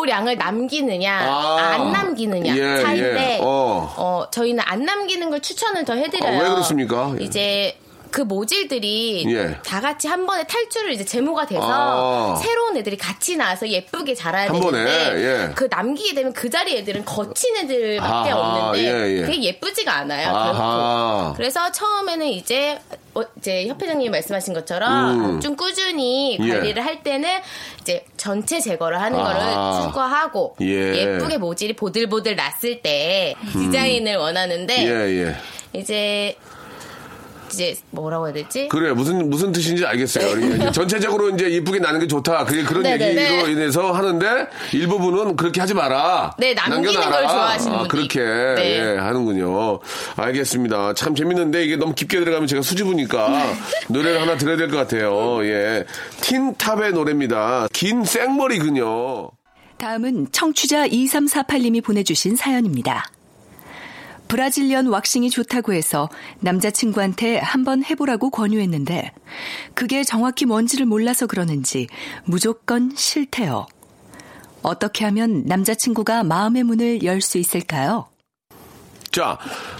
E: 모량을 남기느냐
B: 아.
E: 안 남기느냐
B: 예,
E: 차이인데
B: 예. 어.
E: 어, 저희는 안 남기는 걸 추천을 더 해드려요.
B: 아, 왜 그렇습니까? 예.
E: 이제 그 모질들이
B: 예.
E: 다 같이 한 번에 탈출을 이제 제모가 돼서
B: 아.
E: 새로운 애들이 같이 나와서 예쁘게 자라야
B: 한 번에,
E: 되는데
B: 예.
E: 그 남기게 되면 그 자리 애들은 거친 애들밖에
B: 아하,
E: 없는데
B: 예, 예.
E: 그게 예쁘지가 않아요.
B: 아하.
E: 결코. 그래서 처음에는 이제 어, 이제 협회장님이 말씀하신 것처럼
B: 음.
E: 좀 꾸준히
B: 예.
E: 관리를 할 때는 이제 전체 제거를 하는
B: 아.
E: 거를 추구하고
B: 예. 음.
E: 예. 쁘게 모질이 보들보들 났을 때 디자인을 원하는데
B: 예, 예.
E: 이제 이제 뭐라고 해야 되지?
B: 그래 무슨 무슨 뜻인지 알겠어요. 이게 전체적으로 이제 이쁘게 나는 게 좋다. 그게 그런
E: 네, 네,
B: 얘기로
E: 네.
B: 인해서 하는데 일부분은 그렇게 하지 마라.
E: 네, 남기는
B: 남겨놔라.
E: 걸 좋아하시는
B: 아,
E: 분이
B: 그렇게
E: 네.
B: 예, 하는군요. 알겠습니다. 참 재밌는데 이게 너무 깊게 들어가면 제가
E: 네.
B: 수줍으니까 노래를 하나 들어야 될 것 같아요. 예, 틴탑의 노래입니다. 긴 생머리 그녀.
G: 다음은 청취자 2348님이 보내주신 사연입니다. 브라질리언 왁싱이 좋다고 해서 남자친구한테 한번 해보라고 권유했는데 그게 정확히 뭔지를 몰라서 그러는지 무조건 싫대요. 어떻게 하면 남자친구가 마음의 문을 열 수 있을까요?
B: 자,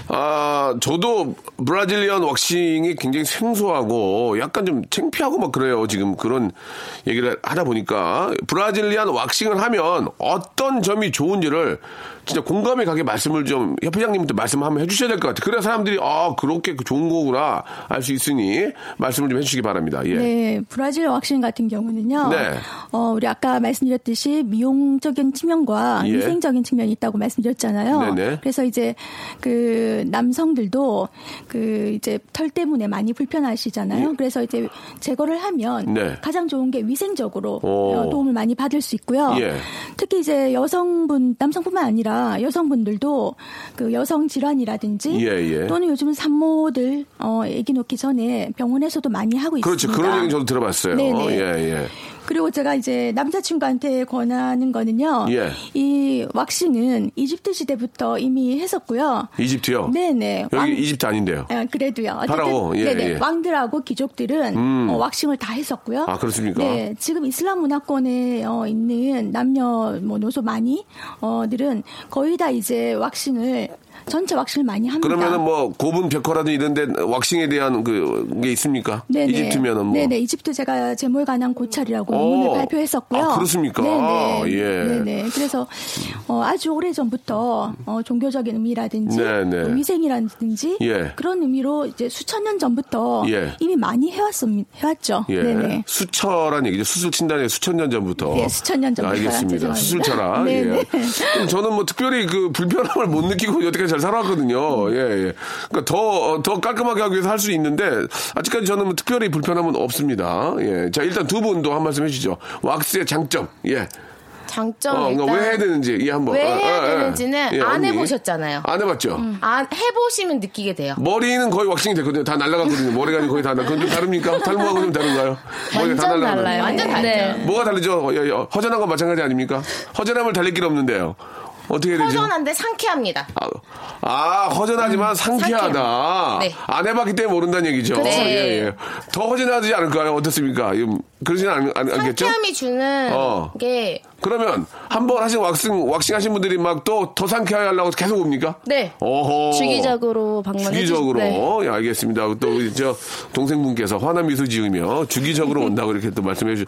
B: 아, 저도 브라질리언 왁싱이 굉장히 생소하고 약간 좀 창피하고 막 그래요. 지금 그런 얘기를 하다 보니까 브라질리언 왁싱을 하면 어떤 점이 좋은지를 진짜 공감이 가게 말씀을 좀 협회장님부터 말씀 한번 해주셔야 될 것 같아요. 그래야 사람들이 아, 그렇게 좋은 거구나 알 수 있으니 말씀을 좀 해주시기 바랍니다. 예.
F: 네, 브라질 왁싱 같은 경우는요.
B: 네.
F: 어, 우리 아까 말씀드렸듯이 미용적인 측면과
B: 예.
F: 위생적인 측면이 있다고 말씀드렸잖아요.
B: 네네.
F: 그래서 이제 그 남성들도 그 이제 털 때문에 많이 불편하시잖아요. 그래서 이제 제거를 하면
B: 예. 네.
F: 가장 좋은 게 위생적으로
B: 오.
F: 어, 도움을 많이 받을 수 있고요.
B: 예.
F: 특히 이제 여성분 남성뿐만 아니라 여성분들도 그 여성 질환이라든지
B: 예, 예.
F: 또는 요즘 산모들 어 아기 놓기 전에 병원에서도 많이 하고
B: 그렇죠.
F: 있습니다.
B: 그런 얘기 저도 들어봤어요.
F: 네네.
B: 예, 예.
F: 그리고 제가 이제 남자친구한테 권하는 거는요.
B: 예.
F: 이 왁싱은 이집트 시대부터 이미 했었고요.
B: 이집트요?
F: 네네.
B: 여기
F: 왕-
B: 이집트 아닌데요.
F: 아, 그래도요. 어쨌든
B: 파라오, 예,
F: 네네.
B: 예. 음.
F: 왕들하고 귀족들은 어, 왁싱을 다 했었고요.
B: 아, 그렇습니까?
F: 네, 지금 이슬람 문화권에 어, 있는 남녀 뭐 노소 많이 어들은 거의 다 이제 왁싱을 전체 왁싱을 많이 합니다.
B: 그러면은 뭐 고분 벽화라든지 이런데 왁싱에 대한 그게 있습니까?
F: 네네.
B: 이집트면은 뭐.
F: 네네 이집트 제가 제몰 관한 고찰이라고
B: 오.
F: 논문을 발표했었고요.
B: 아, 그렇습니까?
F: 네네.
B: 아, 예.
F: 네네. 그래서 어, 아주 오래 전부터 어, 종교적인 의미라든지
B: 네네.
F: 또 위생이라든지
B: 예.
F: 그런 의미로 이제 수천 년 전부터
B: 예.
F: 이미 많이 해왔습니다. 해왔죠.
B: 예.
F: 네네.
B: 수처란 얘기죠. 수술 친단의 수천 년 전부터.
F: 예, 수천 년 전부터.
B: 알겠습니다.
F: 죄송합니다.
B: 수술처라.
F: 네,
B: 예.
F: 네.
B: 그럼 저는 뭐 특별히 그 불편함을 못 느끼고 여태까지 잘 살아왔거든요. 예, 예. 그러니까 더, 어, 더 깔끔하게 하기 위해서 할 수 있는데 아직까지 저는 뭐 특별히 불편함은 없습니다. 예. 자, 일단 두 분도 한 말씀 해주시죠. 왁스의 장점. 예.
E: 장점
B: 어,
E: 일단
B: 그러니까 왜 해야 되는지. 예, 한번.
E: 왜
B: 아,
E: 해야
B: 아, 아.
E: 되는지는 안
B: 언니.
E: 해보셨잖아요. 음.
B: 안 해봤죠.
E: 안 해보시면 느끼게 돼요.
B: 머리는 거의 왁싱이 됐거든요. 다 날라갔거든요. 머리가 거의 다 나. 그건 좀 다릅니까? 탈모하고 좀 다른가요? 머리가 다
J: 완전
B: 날라가나요?
J: 달라요.
E: 완전 다르죠.
J: 네.
B: 뭐가 다르죠? 어, 예, 예. 허전한 건 마찬가지 아닙니까? 허전함을 달랠 길 없는데요. 어떻게 해야 되죠?
E: 허전한데 상쾌합니다.
B: 아, 아, 허전하지만 상쾌하다.
E: 음, 상쾌해요. 네.
B: 안 해봤기 때문에 모른다는 얘기죠.
E: 그렇죠.
B: 예, 예. 더 허전하지 않을까요? 어떻습니까? 음, 그러진 않, 않, 않겠죠?
E: 상쾌함이 주는
B: 어.
E: 게
B: 그러면 한 번 하신 왁싱, 왁싱 하신 분들이 막 또 더 상쾌하게 하려고 계속 옵니까?
E: 네.
B: 어허.
J: 주기적으로 방문해
B: 주기적으로
J: 주시- 네.
B: 예, 알겠습니다. 또 우리 저 동생분께서 화나 미소 지으며 주기적으로 온다고 이렇게 또 말씀해 주시.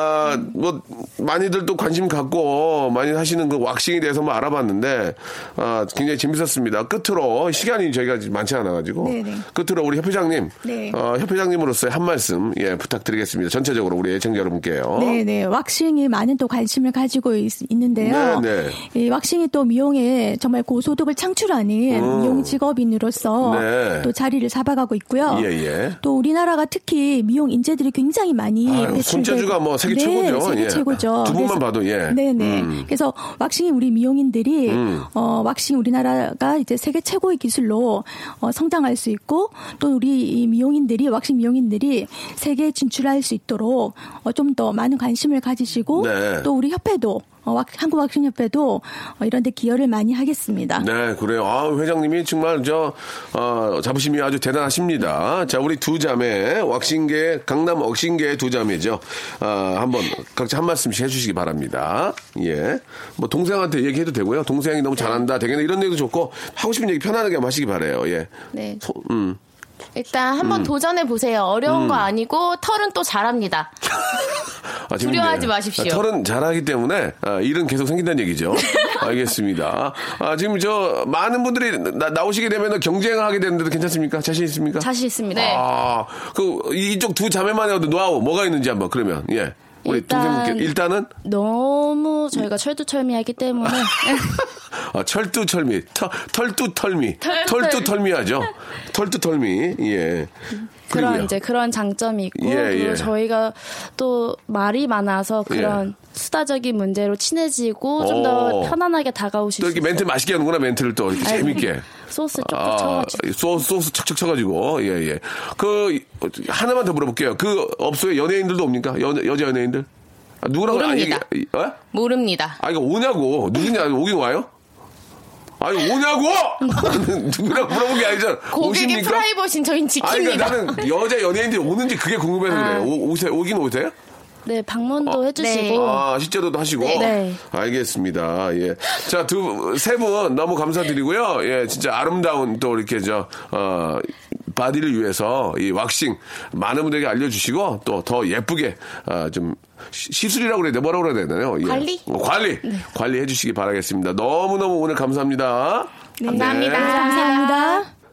B: 아뭐 많이들 또 관심 갖고 많이 하시는 그 왁싱에 대해서 뭐 알아봤는데 아 굉장히 재밌었습니다. 끝으로 시간이 저희가 지금 많지 않아 가지고
F: 네네.
B: 끝으로 우리 협회장님,
F: 네.
B: 어, 협회장님으로서의 한 말씀 예 부탁드리겠습니다. 전체적으로 우리 애청자 여러분께요.
F: 네네 왁싱이 많은 또 관심을 가지고 있, 는데요
B: 네네.
F: 이 왁싱이 또 미용에 정말 고소득을 창출하는 미용 직업인으로서
B: 음. 네.
F: 또 자리를 잡아가고 있고요.
B: 예, 예.
F: 또 우리나라가 특히 미용 인재들이 굉장히 많이
B: 아유,
F: 배출되고 네,
B: 손재주가 뭐 세계 최고죠.
F: 세계
B: 예.
F: 최고죠.
B: 두 분만
F: 그래서-
B: 봐도, 예.
F: 네네.
B: 음.
F: 그래서 왁싱이 우리 미용인들이 어, 왁싱 우리나라가 이제 세계 최고의 기술로 어, 성장할 수 있고 또 우리 이 미용인들이 왁싱 미용인들이 세계에 진출할 수 있도록 어, 좀 더 많은 관심을 가지시고
B: 네.
F: 또 우리 협회도 어, 왁- 한국 왁싱협회도 어, 이런 데 기여를 많이 하겠습니다.
B: 네, 그래요. 아, 회장님이 정말 저, 어, 자부심이 아주 대단하십니다. 자, 우리 두 자매, 왁싱계, 강남 왁싱계 두 자매죠. 아, 한번 각자 한 말씀씩 해주시기 바랍니다. 예. 뭐, 동생한테 얘기해도 되고요. 동생이 너무 잘한다. 되겠네. 이런 얘기도 좋고, 하고 싶은 얘기 편안하게 한번 하시기 바래요 예.
E: 네.
B: 소- 음.
E: 일단 한번 도전해 보세요. 어려운 거 아니고 털은 또 잘합니다.
B: 아, 재밌네요.
E: 두려워하지 마십시오.
B: 아, 털은 잘하기 때문에 아, 일은 계속 생긴다는 얘기죠. 알겠습니다. 아, 지금 저 많은 분들이 나, 나오시게 되면 경쟁하게 되는데도 괜찮습니까? 자신 있습니까?
G: 자신 있습니다.
E: 네.
B: 아, 그 이쪽 두 자매만 해도 노하우 뭐가 있는지 한번 그러면 예. 우리
G: 일단-
B: 동생분께 일단은
G: 너무 저희가 철두철미하기 때문에
B: 아, 철두철미, 터, 털두털미, 털두털미하죠. 털두털미, 예.
G: 그런
B: 그리고요.
G: 이제 그런 장점이 있고
B: 예,
G: 그리고
B: 예.
G: 저희가 또 말이 많아서 그런 수다적인 문제로 친해지고 좀 더
B: 오.
G: 편안하게 다가오실
B: 어. 또
G: 수
B: 이렇게
G: 있어요.
B: 멘트 맛있게 하는구나 멘트를 또 이렇게
G: 아이고.
B: 재밌게.
G: 소스 쪽쪽
B: 아,
G: 쳐가지고
B: 소스, 소스 척척 쳐가지고 예 예. 그 하나만 더 물어볼게요. 그 업소에 연예인들도 옵니까? 여, 여자 연예인들? 아, 누구라고 안
I: 모릅니다.
B: 얘기- 어?
I: 모릅니다.
B: 아, 이거 오냐고. 누구냐, 오긴 와요? 아니, 오냐고! 누구라고 물어본 게 아니잖아.
I: 고객의
B: 오십니까?
I: 프라이버신 저희는
B: 아니,
I: 지킵니다.
B: 그러니까 나는 여자 연예인들이 오는지 그게 궁금해서 그래요. 오, 오세요? 오긴 오세요?
G: 네
I: 어.
G: 방문도 해주시고
B: 아, 실제로도 하시고.
G: 네.
B: 알겠습니다. 예. 자, 두, 세 분 너무 감사드리고요. 예, 진짜 아름다운 또 이렇게 저, 어, 바디를 위해서 이 왁싱 많은 분들에게 알려주시고 또 더 예쁘게 아, 좀 시- 시술이라고 그래야 돼 뭐라고 그래야 되나요? 예.
G: 관리? 네.
B: 어, 관리 관리해 주시기 바라겠습니다. 너무 너무 오늘 감사합니다.
G: 네.
I: 감사합니다.
F: 감사합니다.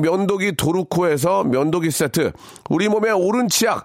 B: 면도기 도루코에서 면도기 세트, 우리 몸의 오른 치약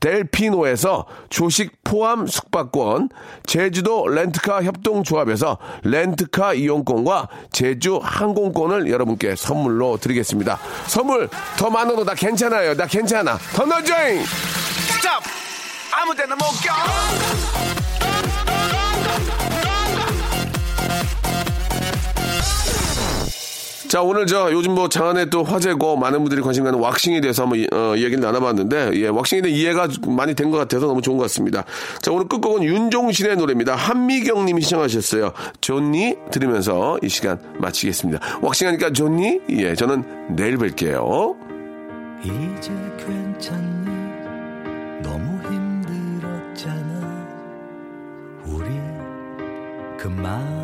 B: 델피노에서 조식 포함 숙박권, 제주도 렌트카 협동조합에서 렌트카 이용권과 제주 항공권을 여러분께 선물로 드리겠습니다. 선물 더 많아도 나 괜찮아요. 나 괜찮아. 더 넣어줘잉!
A: 스탑! 아무 데나 못 껴!
B: 자 오늘 저 요즘 뭐 장안에 또 화제고 많은 분들이 관심 가는 왁싱에 대해서 한번 이- 어, 얘기를 나눠봤는데 예 왁싱에 대한 이해가 많이 된 것 같아서 너무 좋은 것 같습니다. 자 오늘 끝곡은 윤종신의 노래입니다. 한미경님이 신청하셨어요. 존니 들으면서 이 시간 마치겠습니다. 왁싱하니까 존니 예 저는 내일 뵐게요.
A: 이제 괜찮니? 너무 힘들었잖아. 우리 그만.